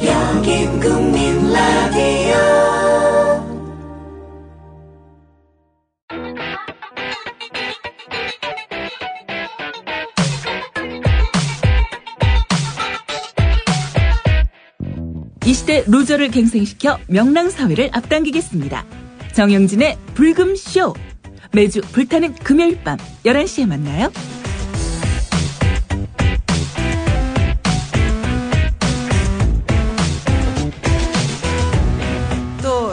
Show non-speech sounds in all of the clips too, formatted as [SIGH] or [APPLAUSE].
국민 국민 라디오 이 시대 로저를 갱생시켜 명랑사회를 앞당기겠습니다. 정영진의 불금쇼. 매주 불타는 금요일 밤 11시에 만나요. 또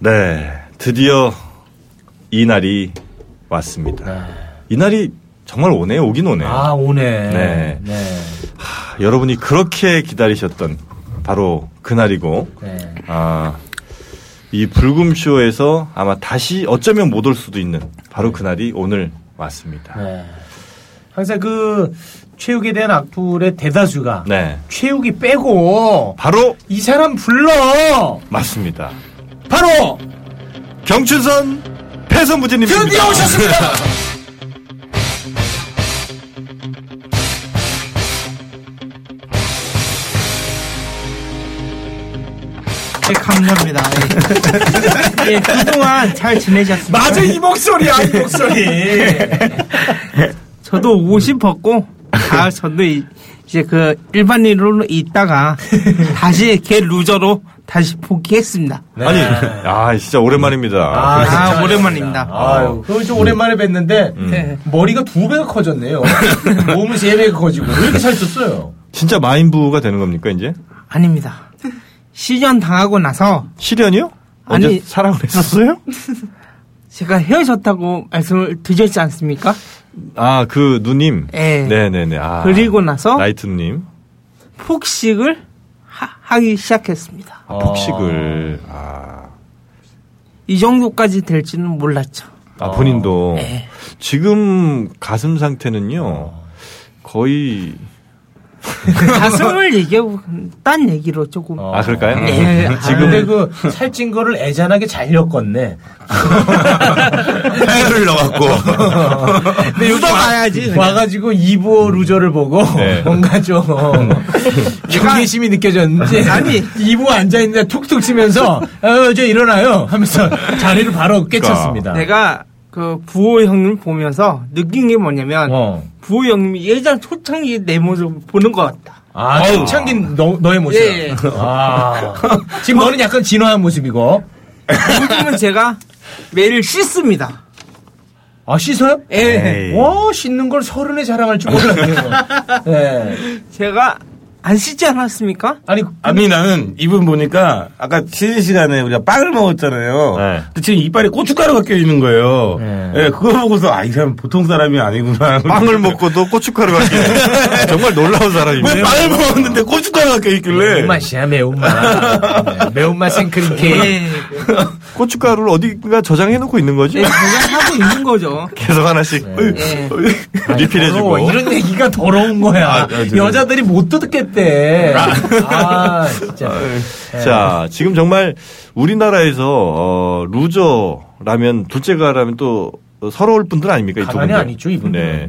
네, 드디어 이 날이 왔습니다. 이 날이 정말 오네요, 오긴 오네요. 네. 아, 오네. 네. 네. 하, 여러분이 그렇게 기다리셨던 바로 그 날이고, 네. 아, 이 불금쇼에서 아마 다시 어쩌면 못 올 수도 있는 바로 그 날이 오늘 왔습니다. 네. 항상 그 최욱에 대한 악플의 대다수가 네, 최욱이 빼고 바로 이 사람 불러 맞습니다. 바로 경춘선 패선부지님 드디어 [LAUGHS] 오셨습니다. 네, 감사합니다. 예. 예, 그동안 잘 지내셨습니까? 맞아 이 목소리야 이 네. 목소리. 저도 옷이 벗고, 아, 저도 이, 이제 그 일반인으로 있다가, 다시 걔 루저로 다시 복귀했습니다. 네. 아니, 아 진짜 오랜만입니다. 아, 오랜만입니다. 아유, 그걸 좀 오랜만에 뵀는데 음. 네. 머리가 두 배가 [LAUGHS] 커졌네요. 몸은 세 배가 커지고 왜 이렇게 살쪘어요? 진짜 마인부가 되는 겁니까 이제? 아닙니다. 시전 당하고 나서, 실연이요? 아니- 언제 사랑을 했었어요? 제가 헤어졌다고 말씀을 드렸지 않습니까? 아, 그 누님. 예. 네네네. 아, 그리고 나서 나이트님. 폭식을 하, 기 시작했습니다. 아, 폭식을. 아, 이 정도까지 될지는 몰랐죠. 아, 본인도. 예. 지금 가슴 상태는요. 거의. 그 가슴을 얘기하고 딴 얘기로 조금 아, 그럴까요? 예. [LAUGHS] 지금. 근데 그 살찐 거를 애잔하게 잘 엮었네. 를 [LAUGHS] 넣어갖고. 근데 요즘 가야지. 와가지고 2부 루저를 보고 네. [LAUGHS] 뭔가 [LAUGHS] 좀 경계심이 느껴졌는지 아니. 2부 앉아있는데 툭툭 치면서 어, 저 일어나요 하면서 자리를 바로 깨쳤습니다. 내가 그 부호 형님 보면서 느낀 게 뭐냐면 어. 부호 형님이 예전 초창기 내 모습 보는 것 같다. 아, 창긴 너, 너의 모습. 예, 예. 아. 지금 너는 약간 진화한 모습이고. 요즘은 제가 매일 씻습니다. 아, 씻어요? 예. 에이. 와, 씻는 걸 서른에 자랑할 줄 [LAUGHS] 몰랐네요. 예. 제가 안 씻지 않았습니까? 아니, 아니 나는 이분 보니까 아까 쉬는 시간에 우리가 빵을 먹었잖아요. 네. 근데 지금 이빨에 고춧가루가 껴 있는 거예요. 네. 예, 그거 보고서 아 이 사람 보통 사람이 아니구나. [LAUGHS] 빵을 먹고도 고춧가루가 끼네. [LAUGHS] 정말 놀라운 왜 사람이네요. 빵을 먹었는데 고춧가루가 껴 있길래. 매운맛이야, 매운맛. 네, 매운맛 생크림 케이크. 예. 고춧가루를 어딘가 저장해놓고 있는 거지? 예, 제가 하고 있는 거죠. 계속 하나씩. 어이, 예. 어이, [LAUGHS] 리필해주고. 더러워. 이런 얘기가 더러운 거야. 아, 아, 죄송해요. 여자들이 못 듣겠대. 아, 진짜. 네. 자, 지금 정말 우리나라에서 어, 루저라면 둘째가라면 또 서러울 분들 아닙니까? 이두 가만히 분들. 안 있죠, 이분들은.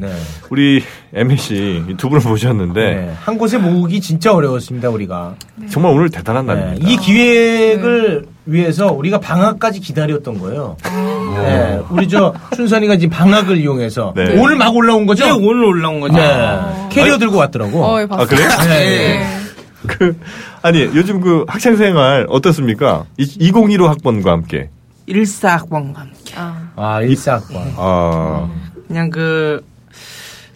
네. 네. 우리 m c 두 분을 보셨는데 네, 한 곳에 모으기 진짜 어려웠습니다, 우리가. 정말 오늘 대단한 네, 날입니다. 이 기획을 위해서 우리가 방학까지 기다렸던 거예요. 네, 우리 저 춘선이가 지금 방학을 이용해서 네. 오늘 막 올라온 거죠? 예, 오늘 올라온 거죠. 네. 캐리어 들고 왔더라고. 어, 예, 아 봤어요. [LAUGHS] 그래요? 네. 그 아니 요즘 그 학생 생활 어떻습니까? 2 0 1 5 학번과 함께 일사학번과 함께. 아, 아 일사학과. 아 음. 그냥 그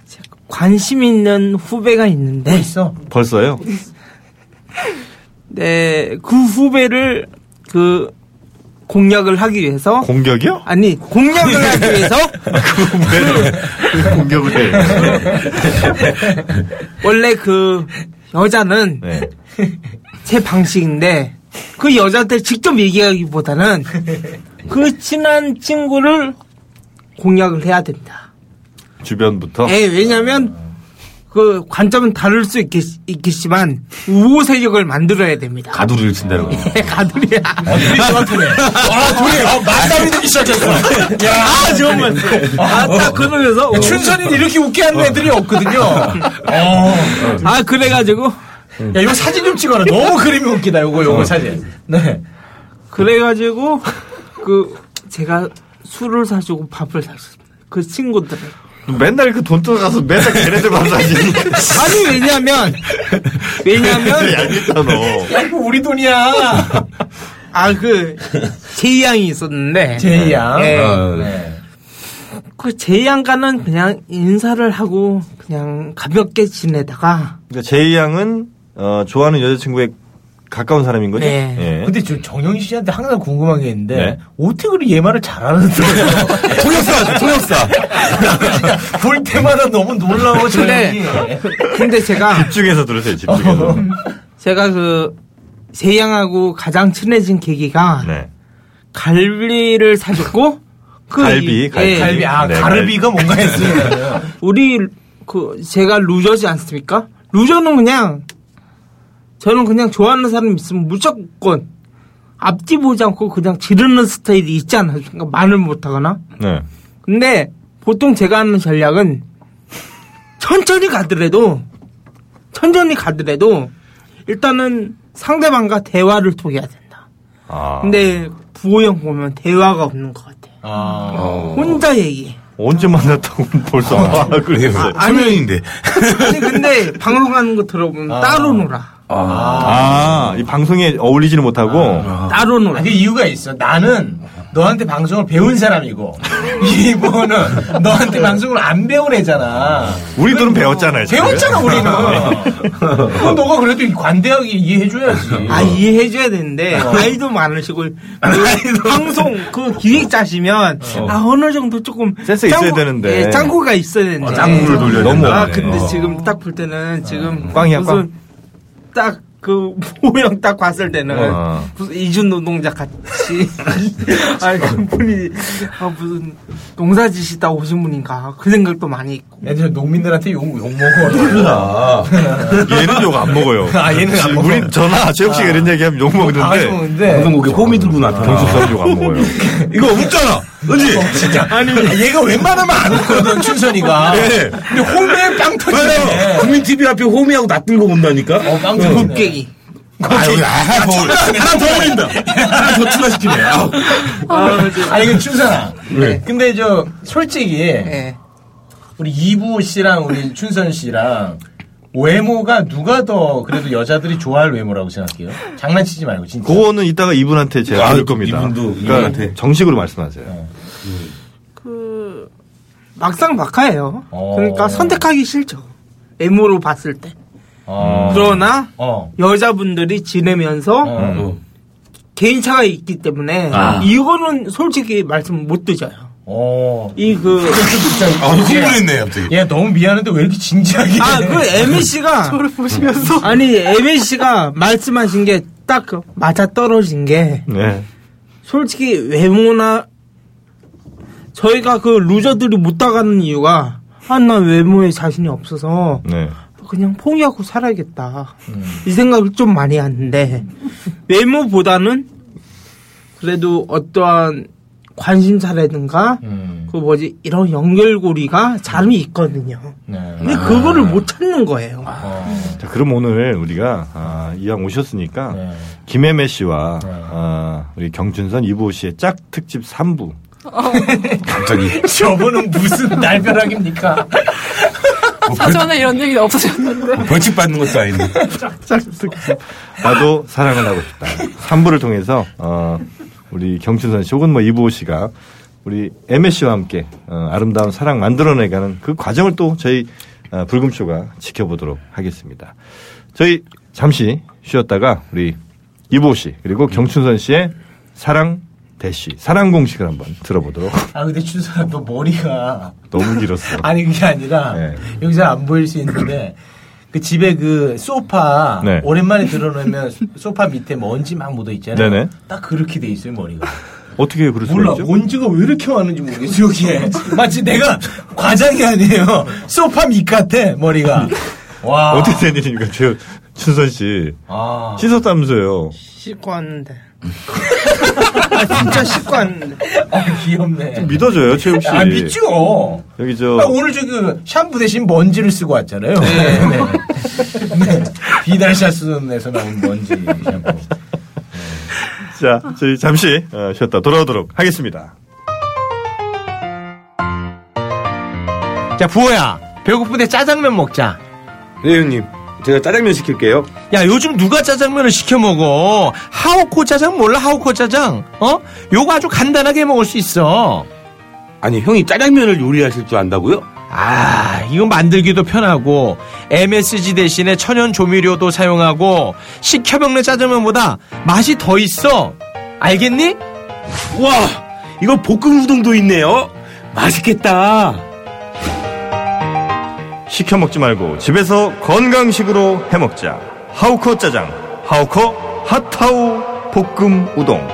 제가 관심 있는 후배가 뭐 있는데 있어? 벌써요? 네, 그 후배를 그 공략을 하기 위해서 공격이요? 아니 공략을 하기 위해서 [LAUGHS] 그 왜 공격을 해? 원래 그 여자는 네. [LAUGHS] 제 방식인데 그 여자한테 직접 얘기하기보다는 그 친한 친구를 공략을 해야 된다. 주변부터. 예, 왜냐면 그 관점은 다를 수 있겠, 있겠지만 우호 세력을 만들어야 됩니다. 가두리를 친다는 거예요. 예, 가두리야. 아, 둘이 아, 만남이 되기 시작했어. 야, 아, 정말. 아, 딱 그러면서 춘선이는 이렇게 웃게 하는 애들이 없거든요. 어. 아, 그래가지고 야, 이거 사진 좀 찍어라. 너무 그림이 웃기다, 요거, 요거 사진. 네. 그래가지고 그 제가 술을 사주고 밥을 사줬습니다. 그 친구들. 맨날 그 돈 떠가서 맨날 걔네들 [LAUGHS] 만나지. 아니 왜냐면 왜냐면 얄밉다 너. 야, 이거 우리 돈이야. 아 그 제이 양이 있었는데 제이 양. 예. 어, 네. 그 제이 양과는 그냥 인사를 하고 그냥 가볍게 지내다가 그러니까 제이 양은 어, 좋아하는 여자친구에 가까운 사람인 거죠? 네. 예. 근데 저 정영희 씨한테 항상 궁금한 게 있는데 네. 어떻게 그리 예말을 잘하는 거예요? 통역사, 통역사. 볼 때마다 너무 놀라워 네. 정영이. 어, 근데 제가 집중해서 들으세요. 집중해서. 제가 그 제이 양하고 가장 친해진 계기가 네. 갈비를 사줬고 그 갈비, 이- 갈비. 예, 갈비 아 네, 가르비가 뭔가 했어요. [LAUGHS] 우리 그 제가 루저지 않습니까? 루저는 그냥 저는 그냥 좋아하는 사람 있으면 무조건 앞뒤 보지 않고 그냥 지르는 스타일이 있지 않습니까? 말을 못하거나. 네. 근데 보통 제가 하는 전략은 천천히 가더라도 천천히 가더라도 일단은 상대방과 대화를 통해야 된다. 아. 근데 부호형 보면 대화가 없는 것 같아. 아, 어. 혼자 얘기해. [LAUGHS] 언제 만났다고 [LAUGHS] 벌써 아, 그랬어요. 아니인데. 아니 근데 방송하는 거 들어보면 따로 놀아. 아, 이 방송에 어울리지는 못하고 따로 놀아. 아니 그 이유가 있어. 나는 너한테 방송을 배운 사람이고 이분은 너한테 방송을 안 배운 애잖아. 우리 들은 배웠잖아요. 지금. 배웠잖아 우리는. 그건 너가 그래도 관대하게 이해해줘야지. 아 이해해줘야 되는데 나이도 [LAUGHS] 많으시고 그 방송 그 기획자시면 아 어느 정도 조금 센스 있어야 되는데. 예, 짱구가 있어야 되는데 짱구를 돌려야 너무 된다. 아 네. 근데 어. 어. 지금 딱 볼 때는 지금 꽝이야, 무슨 딱그 모형 딱 봤을 때는 어. 무슨 이준 노동자 [LAUGHS] 같이 아니 그분이 아 무슨 농사짓이다 오신 분인가 그 생각도 많이 있고 애들 농민들한테 욕, 욕 먹어. 얘는 욕 안 먹어요. 아, 얘는 안 먹어. 우리 전화 최욱 씨가 이런 얘기하면 욕 아, 먹는데 좋은데. 방송국에 호미 들고 나타나. 경숙 씨는 욕안 먹어요. 이거 웃잖아. 그지? 진짜. 아니, 얘가 웬만하면 안 네. 웃거든, 춘선이가. 네. 예. 근데 홈에 빵 터지네. 맞아요. 국민 TV 앞에 호미하고 낯뜬 거 본다니까? 어, 빵 터지네. 곱게기 아, 여기, 아, 하나 더 올린다. 하나 더 올린다. 하나 더 추가시키네. 아우. 아니, 그 춘선아. 네. 근데 저, 솔직히, 예. 우리 이부 씨랑 우리 춘선 씨랑 외모가 누가 더 그래도 여자들이 좋아할 외모라고 생각해요? 장난치지 말고, 진짜. 그거는 이따가 이분한테 제가 아, 할 겁니다. 이분도, 그러니까 이분한테. 정식으로 말씀하세요. 그 막상 막하예요 어. 그러니까 선택하기 싫죠 외모로 봤을 때 어. 그러나 어. 여자분들이 지내면서 어. 개인차가 있기 때문에 이거는 솔직히 말씀 못 드려요. 어. 이 그 아 아, 오늘 흥분했네, 갑자기. 얘 너무 미안한데 왜 이렇게 진지하게. 그 m c 가 [LAUGHS] 저를 보시면서 아니 m c 가 말씀하신 게 딱 맞아 떨어진 게 네. 솔직히 외모나 저희가 그 루저들이 못 나가는 이유가 아 나 외모에 자신이 없어서 네. 그냥 포기하고 살아야겠다. 음. 이 생각을 좀 많이 하는데, 외모보다는 그래도 어떠한 관심사라든가, 음. 그 뭐지, 이런 연결고리가 잠이 있거든요. 네. 어. 근데 그거를 못 찾는 거예요. 아. 자, 그럼 오늘 우리가 아, 이왕 오셨으니까 네. 김혜매 씨와 네. 아, 우리 경춘선 이보호 씨의 짝 특집 3부 갑자기. 저분은 무슨 [LAUGHS] 날벼락입니까? 사전에 이런 얘기는 없으셨는데. 벌칙 받는 것도 아닌데. 나도 사랑을 하고 싶다. [LAUGHS] 3부를 통해서 어, 우리 경춘선 씨 혹은 뭐 이보호 씨가 우리 애매 씨와 함께 어, 아름다운 사랑 만들어내가는 그 과정을 또 저희 어, 불금쇼가 지켜보도록 하겠습니다. 저희 잠시 쉬었다가 우리 이보호 씨 그리고 경춘선 씨의 사랑 대쉬 사랑 공식을 한번 들어보도록 아 근데 춘선아 너 머리가 너무 길었어. 아니 그게 아니라 네. 여기서 안 보일 수 있는데 그 집에 그 소파 네. 오랜만에 들어놓으면 소파 밑에 먼지 막 묻어 있잖아요. 네네. 딱 그렇게 돼 있어요 머리가. 어떻게 그럴 수 몰라 있죠? 먼지가 왜 이렇게 많은지 모르겠어 [LAUGHS] 여기에 마치 내가 과장이 아니에요 소파 밑 같아 머리가. 와. 어떻게 된 일입니까, 최 춘선 씨? 아. 씻었다면서요? 씻고 왔는데. [LAUGHS] 아, 진짜 씻고 왔는데. 아 귀엽네. 좀 믿어줘요, 최욱 씨. 아 믿죠. 여기 어. 저 아, 오늘 저그 샴푸 대신 먼지를 쓰고 왔잖아요. [LAUGHS] 네. 네. 비달샤스에서 나온 먼지 샴푸. 자, 저희 잠시 어, 쉬었다 돌아오도록 하겠습니다. 자, 부호야. 배고픈데 짜장면 먹자. 네, 형님. 제가 짜장면 시킬게요. 야, 요즘 누가 짜장면을 시켜 먹어? 하오코 짜장 몰라? 하오코 짜장? 어? 요거 아주 간단하게 먹을 수 있어. 아니, 형이 짜장면을 요리하실 줄 안다고요? 아, 이거 만들기도 편하고 MSG 대신에 천연 조미료도 사용하고 시켜 먹는 짜장면보다 맛이 더 있어. 알겠니? 와, 이거 볶음 우동도 있네요. 맛있겠다. 어, 시켜 먹지 말고 집에서 건강식으로 해 먹자. 하우커 짜장, 하우커 핫하우 볶음 우동.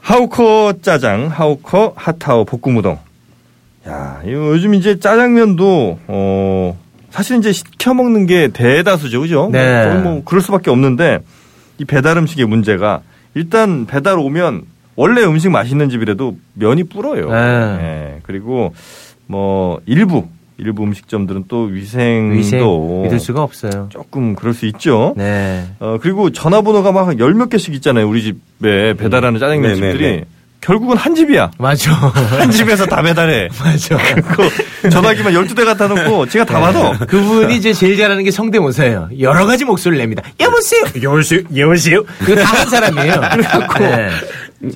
하우커 짜장, 하우커 핫하우 볶음 우동. 야, 이거 요즘 이제 짜장면도 어 사실 이제 시켜 먹는 게 대다수죠, 그죠? 네. 거의 뭐 그럴 수밖에 없는데 이 배달 음식의 문제가 일단 배달 오면 원래 음식 맛있는 집이라도 면이 불어요. 네. 예, 그리고 뭐 일부 일부 음식점들은 또 위생도 없어요. 조금 그럴 수 있죠. 네. 어 그리고 전화번호가 막 열 몇 개씩 있잖아요. 우리 집에 배달하는 짜장면 네, 네, 집들이 네. 결국은 한 집이야. 맞아. [LAUGHS] 한 집에서 다 배달해. 맞아. 그 전화기만 12대 갖다 놓고 제가 네. 다 받아. 그분이 이제 제일 잘하는 게 성대모사예요. 여러 가지 목소리를 냅니다. 여보세요. 여보세요. 여보세요. 그거 다 한 사람이에요. [LAUGHS] 네. 그래갖고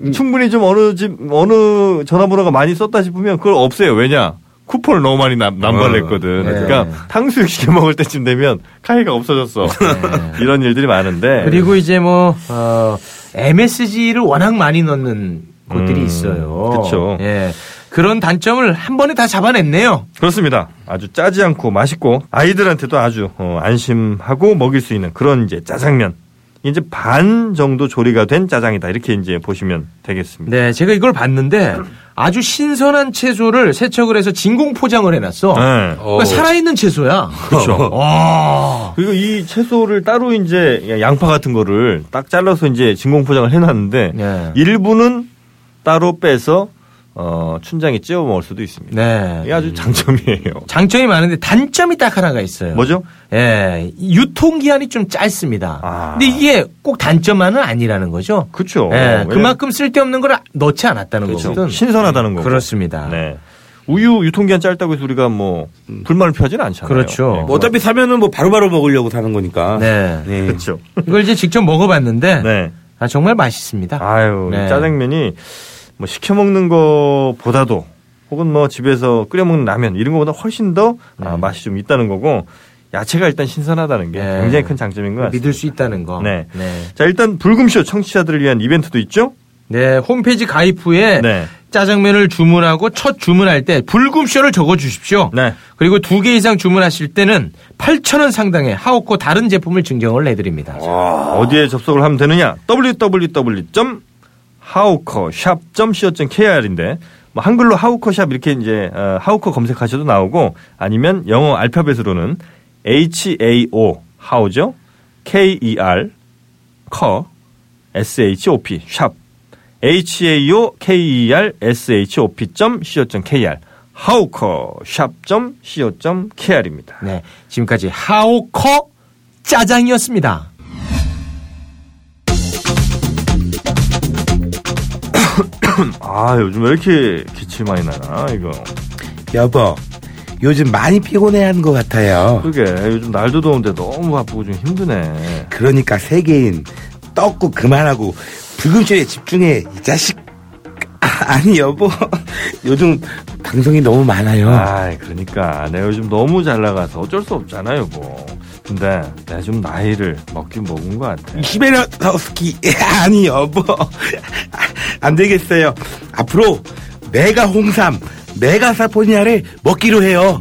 음. 충분히 좀 어느 집 어느 전화번호가 많이 썼다 싶으면 그걸 없애요. 왜냐? 쿠폰을 너무 많이 남, 남발했거든. 네. 그러니까 탕수육 시켜 먹을 때쯤 되면 카이가 없어졌어. 이런 일들이 많은데. 네. 그리고 이제 뭐 어, MSG를 워낙 많이 넣는 곳들이 음, 있어요. 그쵸. 예. 그런 단점을 한 번에 다 잡아냈네요. 그렇습니다. 아주 짜지 않고 맛있고 아이들한테도 아주 어, 안심하고 먹일 수 있는 그런 이제 짜장면. 이제 반 정도 조리가 된 짜장이다. 이렇게 이제 보시면 되겠습니다. 네, 제가 이걸 봤는데 아주 신선한 채소를 세척을 해서 진공 포장을 해놨어. 네. 그러니까 살아있는 채소야. 그렇죠. [LAUGHS] 와. 그리고 이 채소를 따로 이제 양파 같은 거를 딱 잘라서 이제 진공 포장을 해놨는데 네. 일부는 따로 빼서 어, 춘장에 찌워 먹을 수도 있습니다. 네. 이게 아주 장점이에요. 장점이 많은데 단점이 딱 하나가 있어요. 뭐죠? 예, 유통 기한이 좀 짧습니다. 아. 근데 이게 꼭 단점만은 아니라는 거죠. 그렇죠. 예, 왜냐면 그만큼 쓸데없는 걸 넣지 않았다는 그렇죠. 거거든. 신선하다는 거. 그렇습니다. 네. 우유 유통기한 짧다고 해서 우리가 뭐 불만을 표하지는 않잖아요. 음. 그렇죠. 네, 뭐 어차피 사면은 뭐 바로바로 먹으려고 사는 거니까. 네. 네. 그렇죠. 이걸 이제 직접 먹어봤는데 네. 아, 정말 맛있습니다. 아유, 이 네. 짜장면이 뭐 시켜 먹는 거보다도 혹은 뭐 집에서 끓여 먹는 라면 이런 거보다 훨씬 더 아, 맛이 좀 있다는 거고 야채가 일단 신선하다는 게 네. 굉장히 큰 장점인 것 같습니다. 믿을 수 있다는 거. 네. 네. 자, 일단 불금쇼 청취자들을 위한 이벤트도 있죠? 네, 홈페이지 가입 후에 네. 짜장면을 주문하고 첫 주문할 때 불금쇼를 적어 주십시오. 네. 그리고 두 개 이상 주문하실 때는 8,000원 상당의 하오코 다른 제품을 증정을 해드립니다. 아. 어디에 접속을 하면 되느냐? www.howcoshop.co.kr인데 뭐 한글로 하우커샵 이렇게 이제 어, 하우커 검색하셔도 나오고 아니면 영어 알파벳으로는 H A O 하우죠? K E R 커 S H O P 샵 H A O K E R S H O P .co .kr 하우커 샵 .co .kr입니다. 네, 지금까지 하오커 짜장이었습니다. 아 요즘 왜 이렇게 기침 많이 나나 이거. 여보, 요즘 많이 피곤해하는 것 같아요. 그게 요즘 날도 더운데 너무 바쁘고 좀 힘드네. 그러니까 세계인 떡국 그만하고 불금쇼에 집중해 이 자식. 아, 니 여보, [LAUGHS] 요즘 방송이 너무 많아요. 아, 그러니까 내가 요즘 너무 잘 나가서 어쩔 수 없잖아요, 뭐. 근데 내가 좀 나이를 먹긴 먹은 것 같아. 히베라스키 [LAUGHS] 아니 여보 안 되겠어요 앞으로 메가 홍삼 메가 사포니아를 먹기로 해요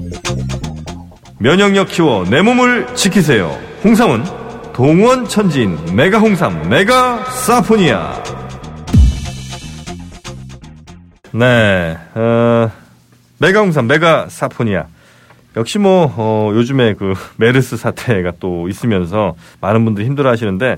면역력 키워 내 몸을 지키세요. 홍삼은 동원 천진 메가 홍삼 메가 사포니아. 네, 어, 메가 홍삼 메가 사포니아. 역시 뭐 어, 요즘에 그 메르스 사태가 또 있으면서 많은 분들이 힘들어하시는데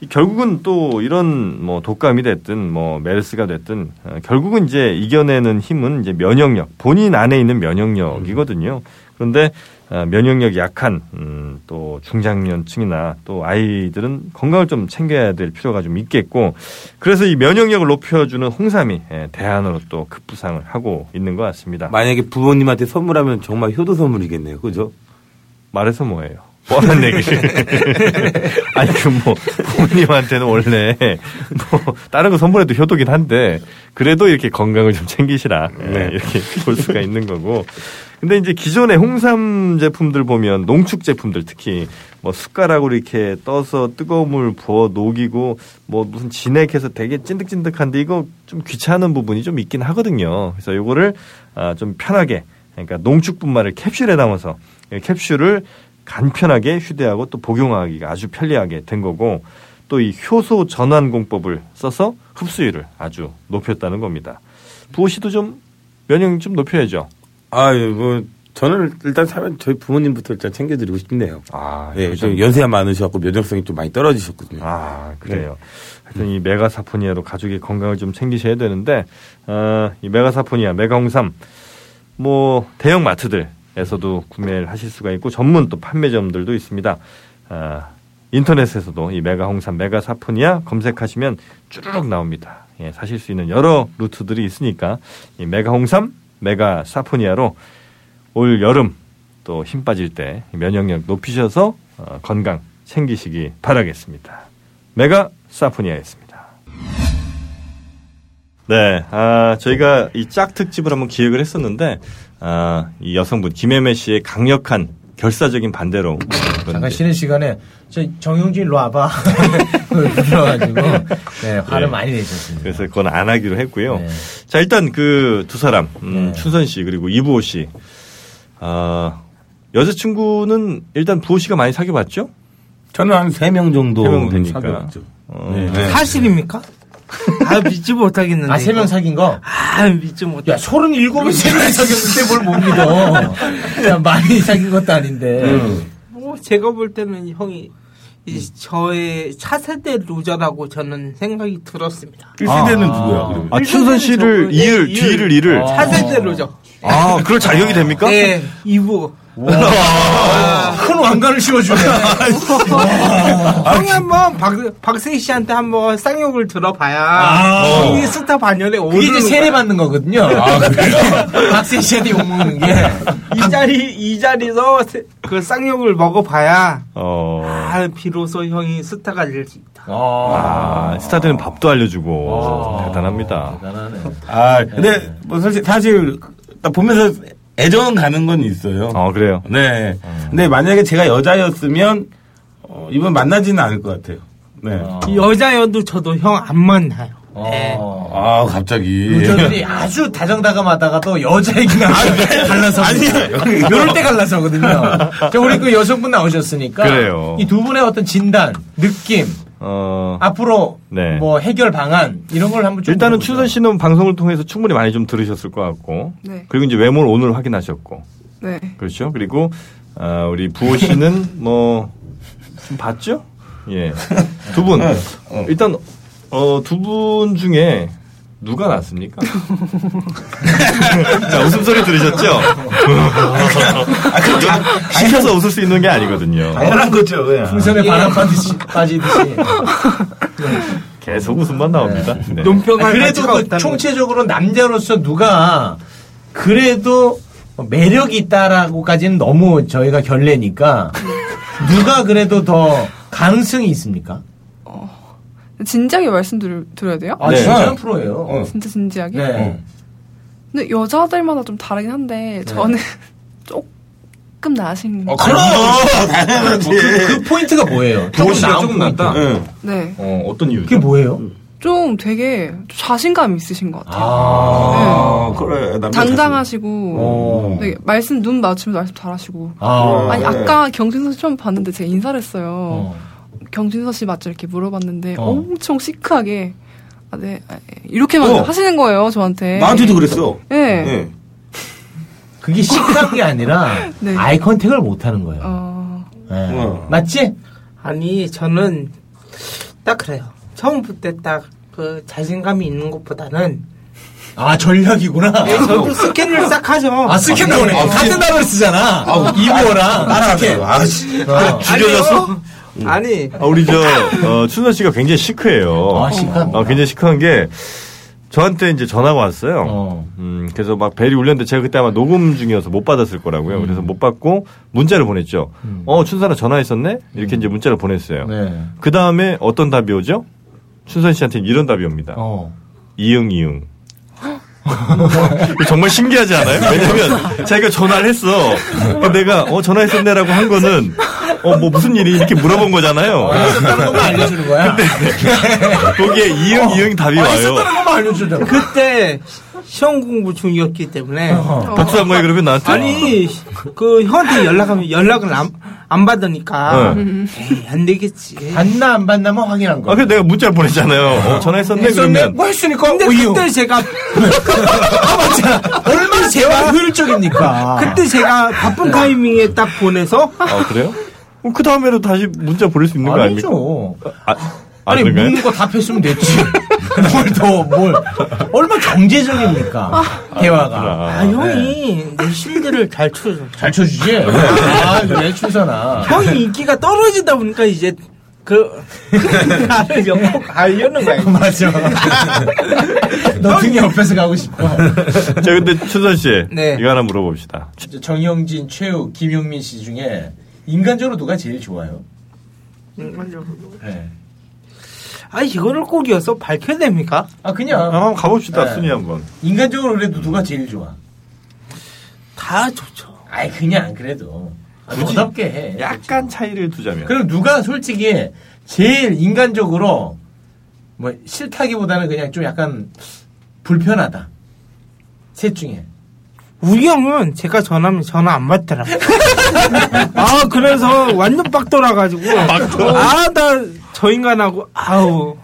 이 결국은 또 이런 뭐 독감이 됐든 뭐 메르스가 됐든 어, 결국은 이제 이겨내는 힘은 이제 면역력 본인 안에 있는 면역력이거든요. 그런데 어, 면역력이 약한 음, 또 중장년층이나 또 아이들은 건강을 좀 챙겨야 될 필요가 좀 있겠고 그래서 이 면역력을 높여주는 홍삼이 예, 대안으로 또 급부상을 하고 있는 것 같습니다. 만약에 부모님한테 선물하면 정말 효도 선물이겠네요 그죠? 말해서 뭐예요? 뻔한 얘기. [LAUGHS] 아니 그 뭐 부모님한테는 원래 뭐 다른 거 선물해도 효도긴 한데 그래도 이렇게 건강을 좀 챙기시라 예, 네. 이렇게 [LAUGHS] 볼 수가 있는 거고. 근데 이제 기존의 홍삼 제품들 보면 농축 제품들 특히 뭐 숟가락으로 이렇게 떠서 뜨거운 물 부어 녹이고 뭐 무슨 진액해서 되게 찐득찐득한데 이거 좀 귀찮은 부분이 좀 있긴 하거든요. 그래서 요거를 아, 좀 편하게 그러니까 농축 분말을 캡슐에 담아서 이 캡슐을 간편하게 휴대하고 또 복용하기가 아주 편리하게 된 거고 또 이 효소 전환 공법을 써서 흡수율을 아주 높였다는 겁니다. 부호 씨도 좀 면역 좀 높여야죠. 아유 뭐 저는 일단 사면 저희 부모님부터 일단 챙겨드리고 싶네요 아, 예, 요즘- 좀 연세가 많으셔갖고 면역성이 좀 많이 떨어지셨거든요 아, 그래요. 하여튼 이 메가사포니아로 가족의 건강을 좀 챙기셔야 되는데, 어, 이 메가사포니아, 메가홍삼, 뭐, 대형 마트들에서도 구매를 하실 수가 있고, 전문 또 판매점들도 있습니다. 아, 인터넷에서도 이 메가홍삼, 메가사포니아 검색하시면 쭈르륵 나옵니다. 예, 사실 수 있는 여러 루트들이 있으니까, 이 메가홍삼, 메가사포니아로 올 여름 또 힘 빠질 때 면역력 높이셔서 어, 건강 챙기시기 바라겠습니다. 메가 사포니아였습니다. 네, 아, 저희가 이 짝 특집을 한번 기획을 했었는데 아, 이 여성분 김혜매 씨의 강력한 결사적인 반대로 잠깐 쉬는 시간에 저 정용진 일로 와봐. [LAUGHS] 불러가지고 네, 화를 예. 많이 내셨습니다. 그래서 그건 안 하기로 했고요. 네. 자, 일단 그 두 사람, 음, 네. 춘선 씨 그리고 이부호 씨. 아, 여자친구는 일단 부호 씨가 많이 사귀어봤죠? 저는 한 세 명 정도 세명 되니까. 사귀었죠. 어, 네. 네. 사실입니까? 아 믿지 못하겠는데. 아, 세 명 이거. 사귄 거? 아 믿지 못. 야, 서른 일곱을 세명 사귀었는데 뭘 못 믿어. 야, 많이 사귄 것도 아닌데. 음. 뭐 제가 볼 때는 음. 형이 이 저의 차세대 루저라고 저는 생각이 들었습니다. 그 시대는 아. 누구야? 그러면? 아, 춘선 씨를 네, 이을, 이을. 뒤를 이를. 아. 차세대 루저. 아, 그럴 자격이 어? 됩니까? 네, 이부. 아. 큰 왕관을 씌워주네. 아, 형이 한번 아, 뭐 박 박세희 씨한테 한번 쌍욕을 들어봐야 아. 이게 스타 그게 반열에 오르는 [LAUGHS] 이제 세례 받는 거거든요. [LAUGHS] 박세 씨한테 욕먹는 게. 거야. 이 자리 이 자리에서 세- 그 쌍욕을 먹어봐야 어. 아 비로소 형이 스타가 될 수 있다. 어, 아, 스타들은 밥도 알려주고. 아. 대단합니다. 대단하네. 아, 근데 뭐 사실 사실 딱 보면서 애정은 가는 건 있어요. 어, 그래요. 네. 근데 만약에 제가 여자였으면 어, 이번 만나지는 않을 것 같아요. 네. 여자여도 저도 형 안 만나요. 어. 아, 갑자기. 유저들이 아주 다정다감하다가도 여자 얘기가 [LAUGHS] 갈라서 아니에요. 이럴 때 갈라서거든요. 저 우리 그 여성분 나오셨으니까 그래요. 이 두 분의 어떤 진단, 느낌, 어. 앞으로 네. 뭐 해결 방안 이런 걸 한번 좀 일단은 물어보죠. 춘선 네. 씨는 방송을 통해서 충분히 많이 좀 들으셨을 것 같고. 네. 그리고 이제 외모를 오늘 확인하셨고. 네. 그렇죠. 그리고, 아, 우리 부호 [LAUGHS] 씨는 뭐, 좀 봤죠? 예. 두 분. 네. 일단, 어, 두 분 중에 누가 [LAUGHS] 낫습니까? [LAUGHS] 자, 웃음소리 들으셨죠? 시켜서 웃을 수 있는 게 아니거든요. 아, 당연한 거죠. 예. 풍선에 바람 아, [LAUGHS] 빠듯이 빠지듯이. 계속 웃음만 나옵니다. 네. 논평할 그래도 가치가 그 없다는 총체적으로 남자로서 누가 그래도 매력이 있다라고까지는 너무 저희가 결례니까 누가 그래도 더 가능성이 있습니까? 어, 진지하게 말씀드려야 돼요? 아 네. 진짜 프로예요. 어. 진짜 진지하게? 네. 근데 여자들마다 좀 다르긴 한데 저는 쪽 조금 나으신 어, 그럼! 당연하지. 그, 그 포인트가 뭐예요? 조금 도시가 나 네, 조금 조금 낫다. 응. 네. 어, 어떤 이유죠? 그게 뭐예요? 좀 되게 자신감 있으신 것 같아요. 아, 그래. 남자 당당하시고 어. 되게 말씀 눈 맞추면 말씀 잘하시고 아. 아니 네. 어. 아까 경진서 씨 처음 봤는데 제가 인사를 했어요. 어. 경진서 씨 맞죠? 이렇게 물어봤는데 어. 엄청 시크하게 아, 네 아, 예. 이렇게만 어. 하시는 거예요 저한테. 나한테도 그랬어. 네. 예. 그게 식상한 게 아니라 [LAUGHS] 네. 아이 컨택을 못 하는 거예요. 어, 예. 어. 맞지? 아니 저는 딱 그래요. 처음부터 딱 그 자신감이 있는 것보다는 아, 전략이구나. 저도 스캔을 싹 하죠. 아, 스캔 나오네. 아, 같은 단어를 쓰잖아. 이모랑. 따라가세요. 아, 씨. 아, 줄여졌어? [LAUGHS] 아니 아, 우리 저, 어, 춘선 씨가 굉장히 시크해요. 아, 시크합니다. 어, 굉장히 시크한 게, 저한테 이제 전화가 왔어요. 어. 음, 그래서 막 벨이 울렸는데 제가 그때 아마 녹음 중이어서 못 받았을 거라고요. 음. 그래서 못 받고 문자를 보냈죠. 어, 춘선아 전화했었네? 이렇게 이제 문자를 보냈어요. 음. 네. 그 다음에 어떤 답이 오죠? 춘선 씨한테는 이런 답이 옵니다. 어. 이응, 이응. 정말 신기하지 않아요? 왜냐면 자기가 전화를 했어. 그럼 내가 어, 전화했었네라고 한 거는 어, 뭐 무슨 일이 이렇게 물어본 거잖아요. 있었다는 것만 알려주는 거야. 거기에 이응, 이응 답이 아, 와요. 있었다는 것만 알려주려고. 그때 시험 공부 중이었기 때문에 어. 박수 한 거에 그러면 나한테? 아니 그 형한테 연락하면 연락을 안, 안 받으니까 네. 에이, 안 되겠지. 봤나 안 봤나만 확인한 아, 거야. 그래 내가 문자를 보냈잖아요. 어, 전화했었네 했었네? 그러면. 뭐 했으니까? 근데 오이요. 그때 제가 아, 맞잖아. 얼마나 재활 효율적입니까? 그때 제가 바쁜 타이밍에 딱 보내서 네. 아 그래요? 그럼 그 다음에도 다시 문자 보낼 수 있는 거 아닙니까? 아니죠. 아, 아 아니, 그런가요? 묻는 거 답했으면 됐지. [LAUGHS] 뭘 더, 뭘. 얼마나 경제적입니까? 대화가. 네. 아 형이 네. 내 실드를 잘 쳐줘. 잘 쳐주지? 아, 그래, 춘선아. 형이 인기가 떨어지다 보니까 이제 그 [LAUGHS] 나를 영국 알려는 거야. [LAUGHS] 맞아. 너 등이 옆에서 가고 아, 싶어. 자 근데 춘선 씨 네. 이거 하나 물어봅시다. 정영진, 최우, 김용민 씨 중에 인간적으로 누가 제일 좋아요? 네. 아 이거를 꼭 이어서 밝혀야 됩니까? 아, 아, 그냥 한번 가봅시다 네. 순위 한번. 인간적으로 그래도 누가 제일 좋아? 다 좋죠. 아이, 그냥 그래도. 아, 너답게 해. 약간 차이를 두자면. 그러니까. 그럼 누가 솔직히 제일 인간적으로 뭐 싫다기보다는 그냥 좀 약간 불편하다. 셋 중에. 우리 형은 제가 전화하면 전화 안 받더라고. [LAUGHS] 아 그래서 완전 빡 돌아가지고 아나 저 인간하고 아우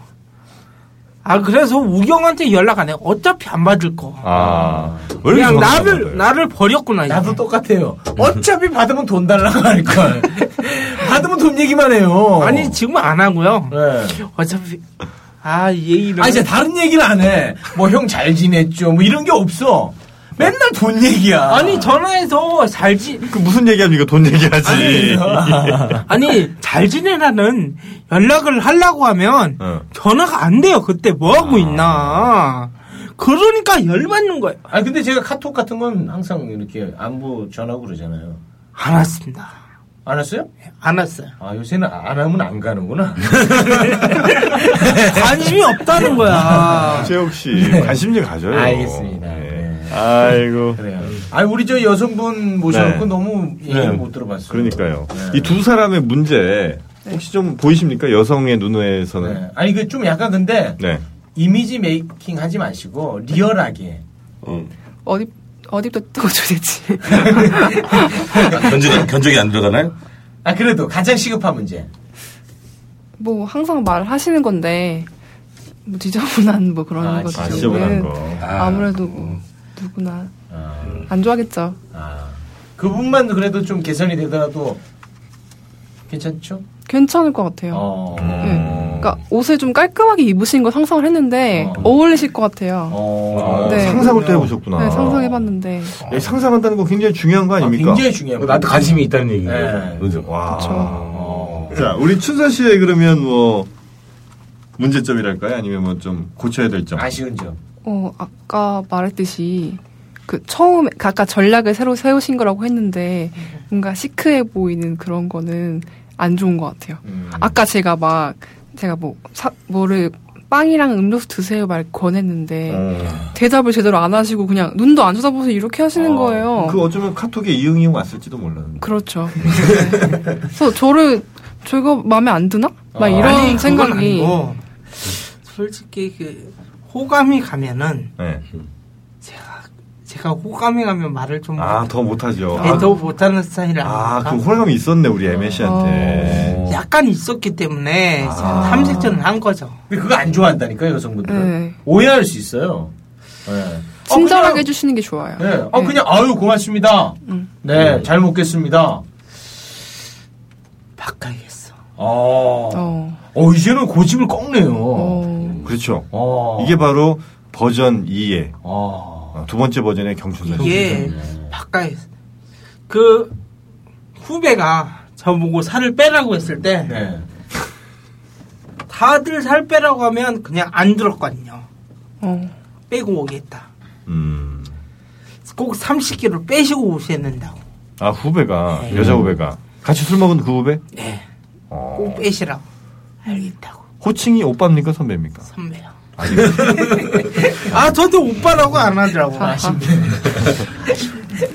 아 그래서 우리 형한테 연락 안 해. 어차피 안 받을 거. 아, 왜 이렇게 그냥 전화를 안 나를 받아요? 나를 버렸구나. 이제. 나도 똑같아요. 어차피 받으면 돈 달라고 할걸. [LAUGHS] 받으면 돈 얘기만 해요. 아니 지금 안 하고요. 네. 어차피 아 얘기를 아니, 이제 다른 얘기를 안 해. 뭐, 형 잘 지냈죠. 뭐, 이런 게 없어. 맨날 돈 얘기야. 아니 전화해서 잘지 그 무슨 얘기합니까? 돈 얘기하지. [LAUGHS] 아니 잘 지내라는 연락을 하려고 하면 어. 아. 전화가 안 돼요 그때 뭐 하고 있나 그러니까 열 받는 거예요 아니, 근데 제가 카톡 같은 건 항상 이렇게 안부 전하고 그러잖아요. 안 왔습니다 안 왔어요? 안 왔어요 아, 요새는 안 하면 안 가는구나. 네. 관심이 없다는 거야 최욱 씨 관심을 가져요. 네. 알겠습니다. 네. 네. 아이고. 그래요. 아니, 우리 저 여성분 모셔놓고 네. 너무 얘기를 네. 못 들어봤어요. 그러니까요. 네. 이 두 사람의 문제 네. 혹시 좀 보이십니까? 여성의 눈에서는. 네. 아니, 그 좀 약간 근데 네. 이미지 메이킹 하지 마시고 리얼하게. 어디 어디부터 뜨고 조대지? [LAUGHS] 견적, 견적이 안 들어가나요? 아, 그래도 가장 시급한 문제. 뭐 항상 말하시는 건데 뭐 지저분한 뭐 그런 네. 아, 것 아, 아, 때문에 지저분한 거. 아무래도 뭐 누구나 아. 안 좋아하겠죠. 아, 그분만 그래도 좀 개선이 되더라도 괜찮죠? 괜찮을 것 같아요. 어. 네. 그러니까 옷을 좀 깔끔하게 입으신 걸 상상을 했는데 어. 어. 울리실것 같아요. 어. 네. 상상을 또 어. 해보셨구나. 네, 상상해봤는데 야, 상상한다는 거 굉장히 중요한 거 아, 아닙니까? 굉장히 중요해요. 나한테 관심이 있다는 얘기예요. 네. 그죠? 와. 어. 자, 우리 춘선 씨의 그러면 뭐 문제점이랄까요? 아니면 뭐 좀 고쳐야 될 점? 아쉬운 점. 어 아까 말했듯이 그 처음 아까 전략을 새로 세우신 거라고 했는데 뭔가 시크해 보이는 그런 거는 안 좋은 것 같아요. 음. 아까 제가 막 제가 뭐 사, 뭐를 빵이랑 음료수 드세요 말 권했는데 어. 대답을 제대로 안 하시고 그냥 눈도 안 쳐다보면서 이렇게 하시는 어, 거예요. 그 어쩌면 카톡에 이응이 왔을지도 몰랐는데. 그렇죠. 네. 그래서 저를 저거 마음에 안 드나? [LAUGHS] 막 아. 이런 아니, 그건 생각이 아니고 솔직히 그 호감이 가면은 네. 제가 호감이 가면 말을 좀 아, 더 못하죠. 예, 더 못하는 스타일이 아, 아니까 그 호감이 있었네, 어. 우리 MSC한테. 약간 있었기 때문에 제가 아. 탐색전을 한 거죠. 근데 그거 안 좋아한다니까요, 여성분들은. 네. 오해할 수 있어요. 네. 친절하게 어, 그냥, 해주시는 게 좋아요. 음. 네. 어, 그냥, 아유, 고맙습니다. 네, 잘 먹겠습니다. 바꿔야겠어. 아. 어, 어. 이제는 고집을 꺾네요. 어. 그렇죠. 어. 이게 바로 버전 2의 아. 어, 두 번째 버전의 그렇죠. 경춘선 씨. 이게 바꿔야겠어. 그 후배가 저보고 살을 빼라고 했을 때 네. 다들 살 빼라고 하면 그냥 안 들었거든요. 어. 빼고 오겠다. 음. 꼭 30kg 빼시고 오시는다고. 아, 후배가, 네. 여자 후배가. 같이 술 먹은 그 후배? 예. 어. 꼭 빼시라고. 알겠다고. 호칭이 오빠입니까, 선배입니까? 선배랑. 아니, 아, 저도 오빠라고 안 하더라고. 아쉽네.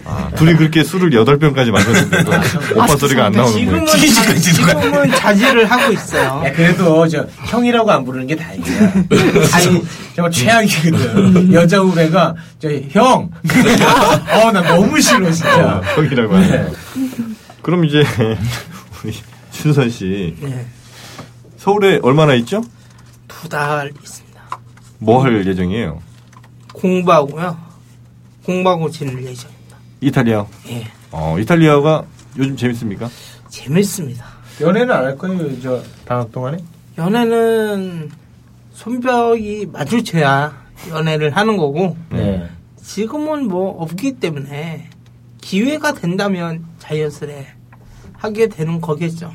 아, 네. 둘이 그렇게 술을 8병까지 마셨는데도 오빠 소리가 안 나오는 아, 지금은, 거예요. 자, 지금은 자제를 하고 있어요. 야, 네, 그래도 저 형이라고 안 부르는 게 [LAUGHS] 다행이야. 아니 정말 최악이거든. 여자 후배가 저 형. [LAUGHS] 어 나 너무 싫어 진짜. 형이라고 하네요. 그럼 이제 [LAUGHS] 우리 춘선 씨 네. 서울에 얼마나 있죠? 두 달 있습니다. 뭐 할 예정이에요? 공부하고요. 공부하고 지낼 예정입니다. 이탈리아. 예. 어, 이탈리아가 요즘 재밌습니까? 재밌습니다. 연애는 안 할 거예요 저 방학 동안에? 연애는 손벽이 마주쳐야 연애를 하는 거고, 네. 지금은 뭐 없기 때문에 기회가 된다면 자연스레 하게 되는 거겠죠.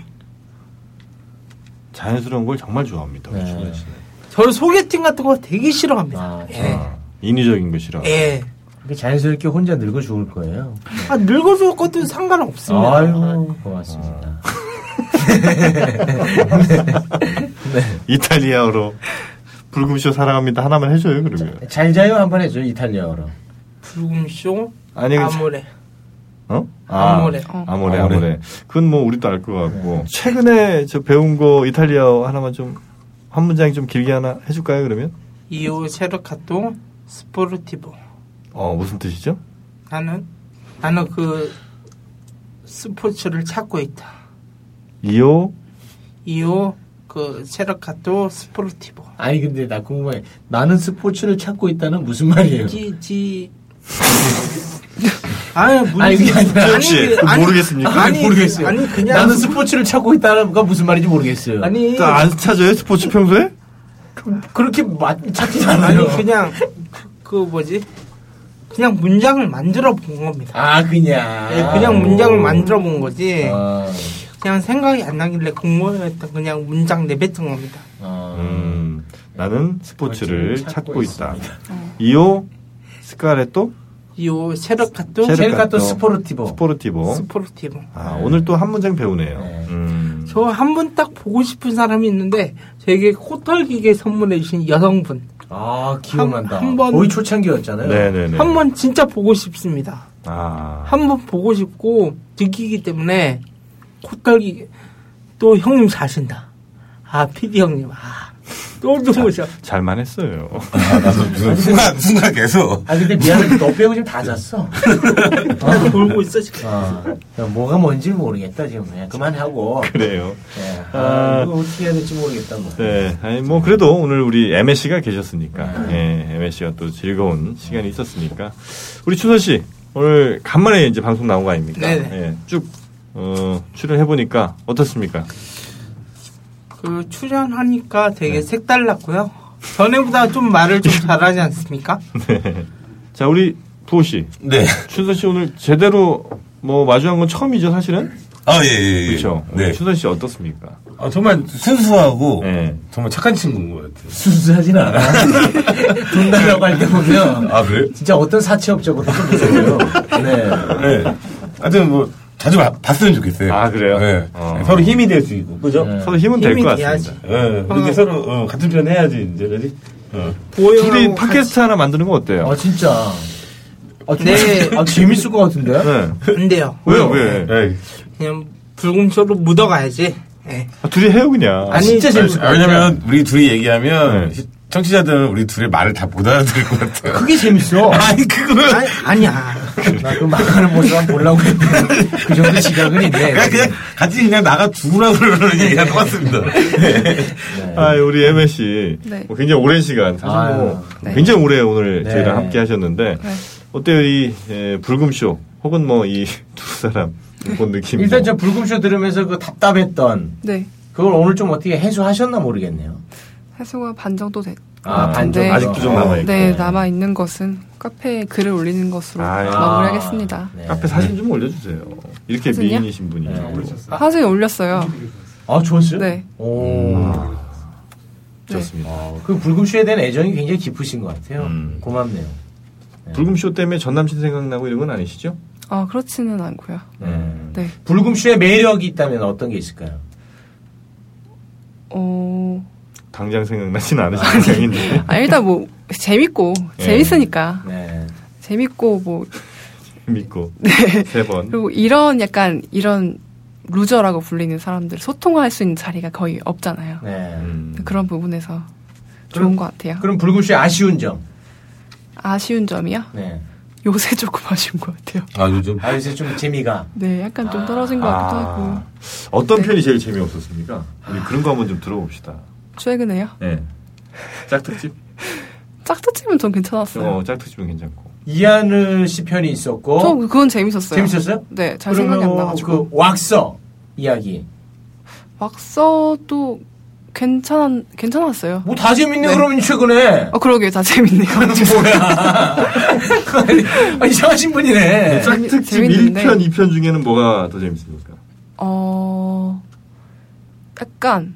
자연스러운 걸 정말 좋아합니다. 우리 네. 춘선 씨는. 저는 소개팅 같은 거 되게 싫어합니다. 아, 예. 어, 인위적인 거 싫어. 예. 이렇게 자연스럽게 혼자 늙어 죽을 거예요. 아, 늙어서 것도 상관없습니다. 아유 고맙습니다. [LAUGHS] [LAUGHS] 이탈리아어로 불금쇼 사랑합니다 하나만 해줘요 그러면. 네. 잘 자요 한 번 해줘 이탈리아어로. 불금쇼 아니 그 아모레. 어? 아모레. 어. 아모레, 아모레. 아모레. 그건 뭐 우리도 알 것 같고. 최근에 저 배운 거 이탈리아어 하나만 좀 한 문장 좀 길게 하나 해줄까요 그러면? 이오 체르카토 스포르티보. 어 무슨 뜻이죠? 나는 나는 그 스포츠를 찾고 있다. 이오 이오 그 체르카토 스포르티보. 아니 근데 나 궁금해. 나는 스포츠를 찾고 있다는 무슨 말이에요? 지지. 아니 무슨 아니, 그게 아니라 혹시 모르겠습니까? 아니, 모르겠어요. 아니 그냥 나는 스포츠를 찾고 있다는 건 무슨 말인지 모르겠어요. 아니 자, 안 찾아요 스포츠 평소에? 그렇게 맞 찾지 아니 않아요. 그냥 그 뭐지? 그냥 문장을 만들어 본 겁니다. 아 그냥 예, 그냥 예. 문장을 만들어 본 거지. 아, 그냥 생각이 안 나길래 공모했던 그냥 문장 내뱉은 겁니다. 아. 음, 나는 스포츠를 스포츠를 찾고 찾고 있다. 이오 스카레토 요 세르카토 체르- 셀카토 셀카토. 스포르티보. 스포르티보. 스포르티브. 아 오늘 또 한 문장 배우네요. 네. 음. 저 한 분 딱 보고 싶은 사람이 있는데 저에게 코털기계 선물해 주신 여성분 아 기억난다. 한- 한 번- 거의 초창기였잖아요. 네네네. 한 번 진짜 보고 싶습니다. 아 한 번 보고 싶고 느끼기 때문에 코털기계 또 형님 사신다. 아 피디 형님 아또 누구셔? 잘만 [LAUGHS] 했어요. [LAUGHS] 순간 순간 계속 아 근데 미안해 너 빼고 지금 다 잤어. 나도 울고 있어 지금. 아, 야, 뭐가 뭔지 모르겠다 지금 예, 그냥 그만하고. 그래요. 예, 아. 아, 이거 어떻게 해야 될지 모르겠다 뭐. 네, 아니 뭐 그래도 오늘 우리 m s 씨가 계셨으니까, 예, m s 씨가또 즐거운 시간이 있었으니까 우리 춘선 씨 오늘 간만에 이제 방송 나온 거 아닙니까? 네네. 예, 쭉 어, 출연해 보니까 어떻습니까? [LAUGHS] 그 출연하니까 네. 되게 색달랐고요. 전에보다 좀 말을 좀 잘하지 않습니까? 자, 우리 부호 씨, 네. 춘선 씨 오늘 제대로 뭐 마주한 건 처음이죠, 사실은? 아, 예, 예, 예. 그렇죠. 네. 춘선 씨 어떻습니까? 아, 정말 순수하고 예. 정말 착한 친구인 것 같아요. [LAUGHS] 순수하진 않아. 돈 달라고 할 때 보면 아, 그래요? 진짜 어떤 사채업적으로 좀 보세요. 그렇죠. 네. 네. 하여튼 뭐 자주 봐- 봤으면 좋겠어요. 아, 그래요? 네. 어. 서로 힘이 될 수 있고, 그죠? 네. 네. 서로 힘은 될 것 같습니다. 예, 아, 그렇게 서로 어, 같은 편 해야지 이제 그지. 어. 뭐, 둘이 팟캐스트 하나 만드는 건 어때요? 아 진짜. 아, 좀- 네. 아, 재밌을 것 같은데. 네. 근데요. 왜요? 왜? 아, 예. 그냥 불금쇼로 묻어가야지. 예. 아, 둘이 해요 그냥. 아니, 진짜 재밌을 아, 왜냐면 우리 둘이 얘기하면 네. 시- 청취자들은 우리 둘의 말을 다 못 알아들을 것 같아요. [LAUGHS] 그게 재밌어. 아니 그거 아니, 아니야. 나그 막하는 모습 한번 보려고 했는데 그 정도 지각은 있네. 아, 그냥, 그냥 같이 그냥 나가 두라고 그러는 얘기가 똑같습니다. 네. 아, 우리 m 씨 네. 뭐 굉장히 오랜 시간 사실 뭐 네. 굉장히 오래 오늘 네. 저희랑 함께 하셨는데 어때요 이 에, 불금쇼 혹은 뭐 이 [LAUGHS] 두 사람 본 느낌? 일단 뭐. 저 불금쇼 들으면서 그 답답했던 네. 그걸 오늘 좀 어떻게 해소하셨나 모르겠네요. 해소가 반 정도 됐. 아, 반 정도. 아직도 좀 남아 있고. 네, 남아 있는 것은 카페에 글을 올리는 것으로 아유. 마무리하겠습니다. 네. 카페 사진 좀 올려주세요. 이렇게 사진이요? 미인이신 분이. 사진 올렸어요. 아, 좋았어요? 네. 오. 음. 좋습니다. 어, 그 불금쇼에 대한 애정이 굉장히 깊으신 것 같아요. 음. 고맙네요. 불금쇼 때문에 전 남친 생각나고 이런 건 아니시죠? 아 그렇지는 않고요. 네. 네. 불금쇼의 매력이 있다면 어떤 게 있을까요? 어. 당장 생각나진 않으신 모양인데. 아 일단 뭐 재밌고 예. 재밌으니까 네. 재밌고 뭐 예, 믿고. 세 번. 그리고 이런 약간 이런 루저라고 불리는 사람들 소통할 수 있는 자리가 거의 없잖아요. 네. 음. 그런 부분에서 그럼- 좋은 것 같아요. 그럼 불금쇼의 아쉬운 점. 아쉬운 점이요? 네. 요새 조금 아쉬운 것 같아요. 아, 요즘. 아, 요새 좀 재미가. 네, 약간 좀 떨어진 것 같기도 아, 하고 네. 어떤 편이 제일 재미없었습니까? 우리 그런 거 한번 좀 들어봅시다. 최근에요. 예. 짝특집? 짝퉁집은 전 괜찮았어요. 어, 짝특집은 괜찮고. 이하늘 씨 편이 있었고. 저 그건 재밌었어요. 재밌었어요? 네, 잘 생각이 안 그러면 나가지고. 그 왁서 이야기. 막서도 괜찮 괜찮았어요. 뭐 다 재밌네 네. 그러면 최근에. 어 그러게요, 다 재밌네요. 뭐. 뭐야. 아, 이상하신 분이네. 재미- 짝특집 재밌는데. 1편, 2편 중에는 뭐가 더 재밌습니까? 어 약간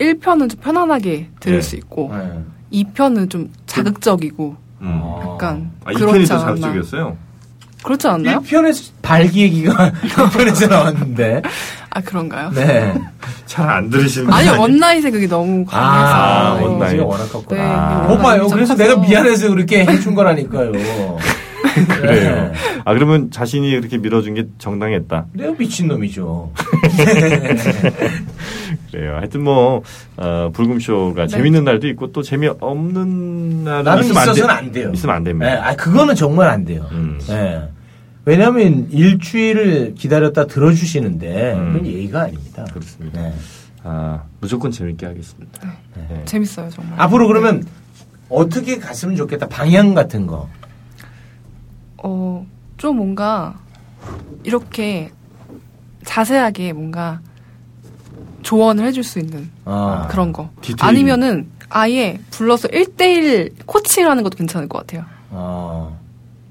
1편은 좀 편안하게 들을 네. 수 있고 [LAUGHS] 네. 2편은 좀 자극적이고 음. 어. 약간 아, 2편이 그렇지 더 않나. 자극적이었어요? 그렇지 않나요? 1편에서 발기 얘기가 1편에서 나왔는데. 아 그런가요? [LAUGHS] 네. 잘 안 들으시는 아니 [LAUGHS] 원나잇에 그게 너무 강해서 아, 네. 원나잇. 원나이. 워낙 네, 컸구나. 아, 못 봐요. 그래서 내가 미안해서 그렇게 해준 거라니까요. 그래요. 네. 아, 그러면 자신이 그렇게 밀어준 게 정당했다. 내가 미친놈이죠. 그래요. 하여튼 뭐, 어, 불금쇼가 네. 재밌는 날도 있고 또 재미없는 날은 나는 있으면 안, 돼, 있어서는 안 돼요. 있으면 안 됩니다. 네, 아, 그거는 정말 안 돼요. 음. 네. 왜냐면 일주일을 기다렸다 들어주시는데 음. 그건 예의가 아닙니다. 그렇습니다. 네. 아, 무조건 재밌게 하겠습니다. 네. 재밌어요 정말. 앞으로 그러면 어떻게 갔으면 좋겠다 방향 같은 거. 어, 좀 뭔가 이렇게 자세하게 뭔가 조언을 해줄 수 있는 아. 그런 거. 디테일. 아니면은 아예 불러서 1대1 코칭하는 것도 괜찮을 것 같아요. 아,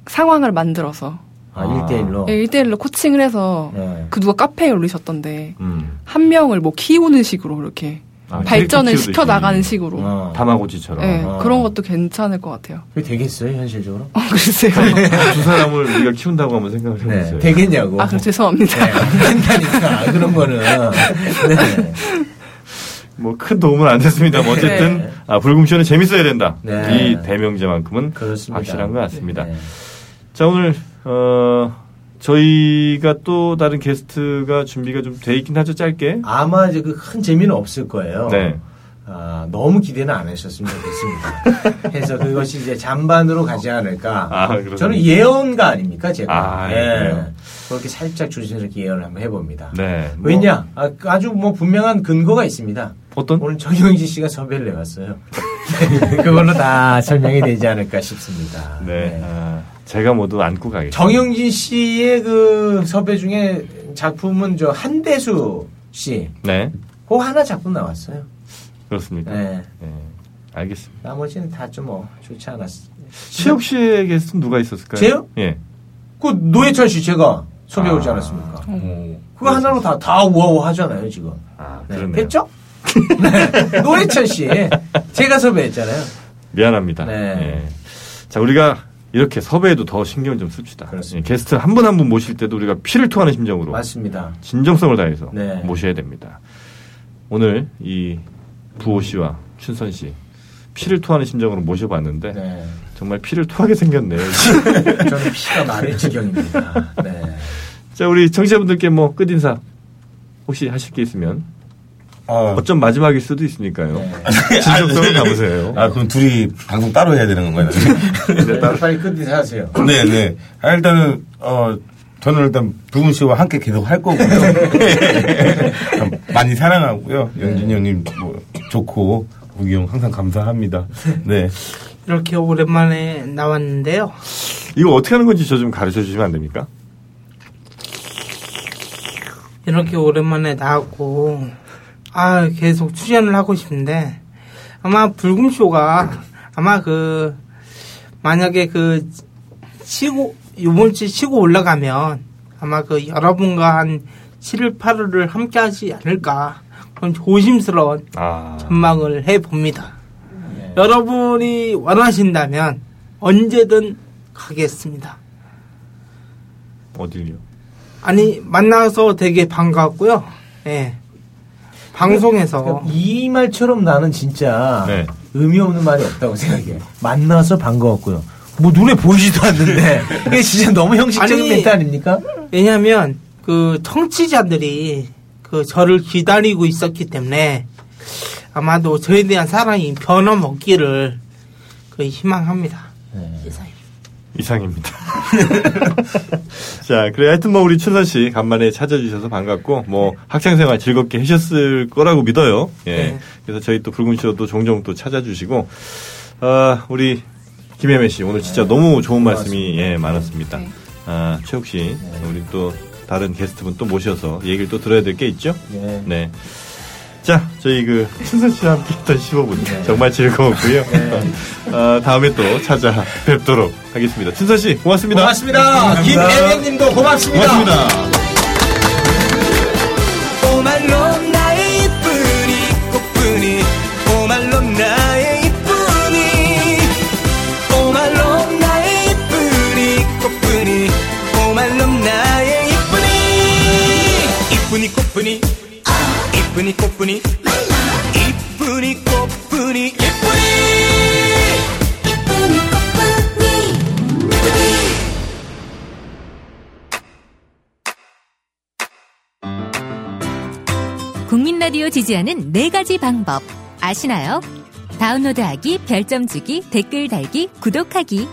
상황을 만들어서. 아 1대1로. 예, 1대1로 코칭을 해서 네. 그 누가 카페에 올리셨던데 음. 네. 한 명을 뭐 키우는 식으로 이렇게 아, 발전을 캐릭터 시켜 나가는 키우듯이. 식으로. 어. 다마고치처럼. 예, 아. 그런 것도 괜찮을 것 같아요. 그게 되겠어요 현실적으로? 어, 글쎄요. 두 사람을 우리가 키운다고 한번 생각을 해보세요. 네. 되겠냐고. 아, 그럼 죄송합니다. 네, 안 된다니까 [LAUGHS] 그런 거는. 네. 뭐 큰 도움은 안 됐습니다. 만 어쨌든 네. 아, 불금쇼는 재밌어야 된다. 네. 이 대명제만큼은 그렇습니다. 확실한 것 같습니다. 네. 자 오늘 어, 저희가 또 다른 게스트가 준비가 좀 돼 있긴 하죠. 짧게. 아마 이제 그 큰 재미는 없을 거예요. 네. 아, 너무 기대는 안 하셨으면 [LAUGHS] 좋겠습니다. 그래서 그것이 이제 잔반으로 가지 않을까. 아, 그렇습니다. 저는 예언가 아닙니까, 제가. 아, 예. 그래요? 그렇게 살짝 조심스럽게 예언을 한번 해봅니다. 네. 뭐 왜냐? 아, 아주 뭐 분명한 근거가 있습니다. 어떤? 오늘 정영진 씨가 섭외를 내왔어요. [LAUGHS] 그걸로 다 설명이 되지 않을까 싶습니다. 네. 아, 제가 모두 안고 가겠습니다. 정영진 씨의 그 섭외 중에 작품은 저 한대수 씨. 네. 그 하나 작품 나왔어요. 그렇습니까? 네. 네. 알겠습니다. 나머지는 다 좀 뭐 좋지 않았어요. 시혁 씨의 게스트는 누가 있었을까요? 네. 제요? 예. 그 노예철 씨 제가 섭외 오지 아. 않았습니까? 어. 어. 그거 하나로 다, 다 우아우 하잖아요, 지금. 아, 네, 그렇네요. [LAUGHS] 됐죠? 네, 노예철 씨. 제가 섭외했잖아요. 미안합니다. 네. 예. 자, 우리가 이렇게 섭외에도 더 신경을 좀 씁시다. 예, 게스트 한 분 한 분 모실 때도 우리가 피를 토하는 심정으로 맞습니다. 진정성을 다해서 네. 모셔야 됩니다. 오늘 이 부호 씨와 춘선 씨 피를 토하는 심정으로 모셔봤는데 네. 정말 피를 토하게 생겼네요. 저는 피가 마를 지경입니다. 네. 자 우리 청취자분들께 뭐 끝인사 혹시 하실 게 있으면 아. 아, 어. 쩜 마지막일 수도 네. 있으니까요. [LAUGHS] 진정성을 담으세요. 아, 그럼 둘이 방송 따로 해야 되는 건가요? 네, 따로. 빨리 끝이 하세요. 네, 네. 아, 일단은, 어, 저는 일단 부근 씨와 함께 계속 할 거고요. 많이 사랑하고요. 영진이 형님 뭐, 좋고, 우기 형 항상 감사합니다. 네. 이렇게 오랜만에 나왔는데요. 이거 어떻게 하는 건지 저 좀 가르쳐 주시면 안 됩니까? 이렇게 오랜만에 나왔고 아 계속 출연을 하고 싶은데 아마 불금쇼가 아마 그 만약에 그 치고 요번 주 치고 올라가면 아마 그 여러분과 한 7일 8일을 함께 하지 않을까 그런 조심스러운 아. 전망을 해 봅니다. 여러분이 원하신다면 언제든 가겠습니다. 어딜요? 아니 만나서 되게 반가웠고요. 예. 어. 방송에서 그러니까 이 말처럼 나는 진짜 네. 의미 없는 말이 없다고 생각해. 만나서 반가웠고요. 뭐 눈에 보이지도 [LAUGHS] 않는데 이게 진짜 너무 형식적인 아니, 멘트 아닙니까? 왜냐하면 그 청취자들이 그 저를 기다리고 있었기 때문에 아마도 저에 대한 사랑이 변함없기를 그 희망합니다. 이상입니다. [LAUGHS] 자, 그래 하여튼 뭐 우리 춘선 씨 간만에 찾아주셔서 반갑고 뭐 학창 생활 즐겁게 하셨을 거라고 믿어요. 예. 그래서 저희 또 붉은 쇼도 종종 또 찾아주시고 아, 우리 김혜매 씨 오늘 진짜 너무 좋은 말씀이 예, 많았습니다. 아, 최욱 씨 우리 또 다른 게스트분 또 모셔서 얘기를 또 들어야 될 게 있죠? 네. 자, 저희 그 춘선 씨와 함께 했던 15분 정말 즐거웠고요. 아, 다음에 또 찾아뵙도록 하겠습니다. 춘선 씨 고맙습니다. 고맙습니다. 김혜민님도 고맙습니다. 고맙습니다. 오말롬 나의 이쁜이 꽃뿐이 오말롬 나의 이쁜이 오말롬 나의 이쁜이 꽃뿐이 오말롬 나의 이쁜이 이쁜이 꽃뿐이 이쁜이 꽃뿐이 이쁜이 꽃뿐이 예쁘니 국민 라디오 지지하는 네 가지 방법 아시나요? 다운로드하기, 별점 주기, 댓글 달기, 구독하기.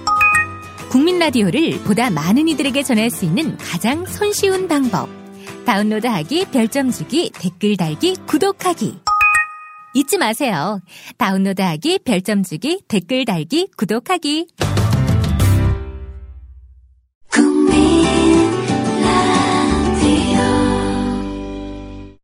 국민 라디오를 보다 많은 이들에게 전할 수 있는 가장 손쉬운 방법. 다운로드하기, 별점 주기, 댓글 달기, 구독하기. 잊지 마세요. 다운로드하기, 별점 주기, 댓글 달기, 구독하기.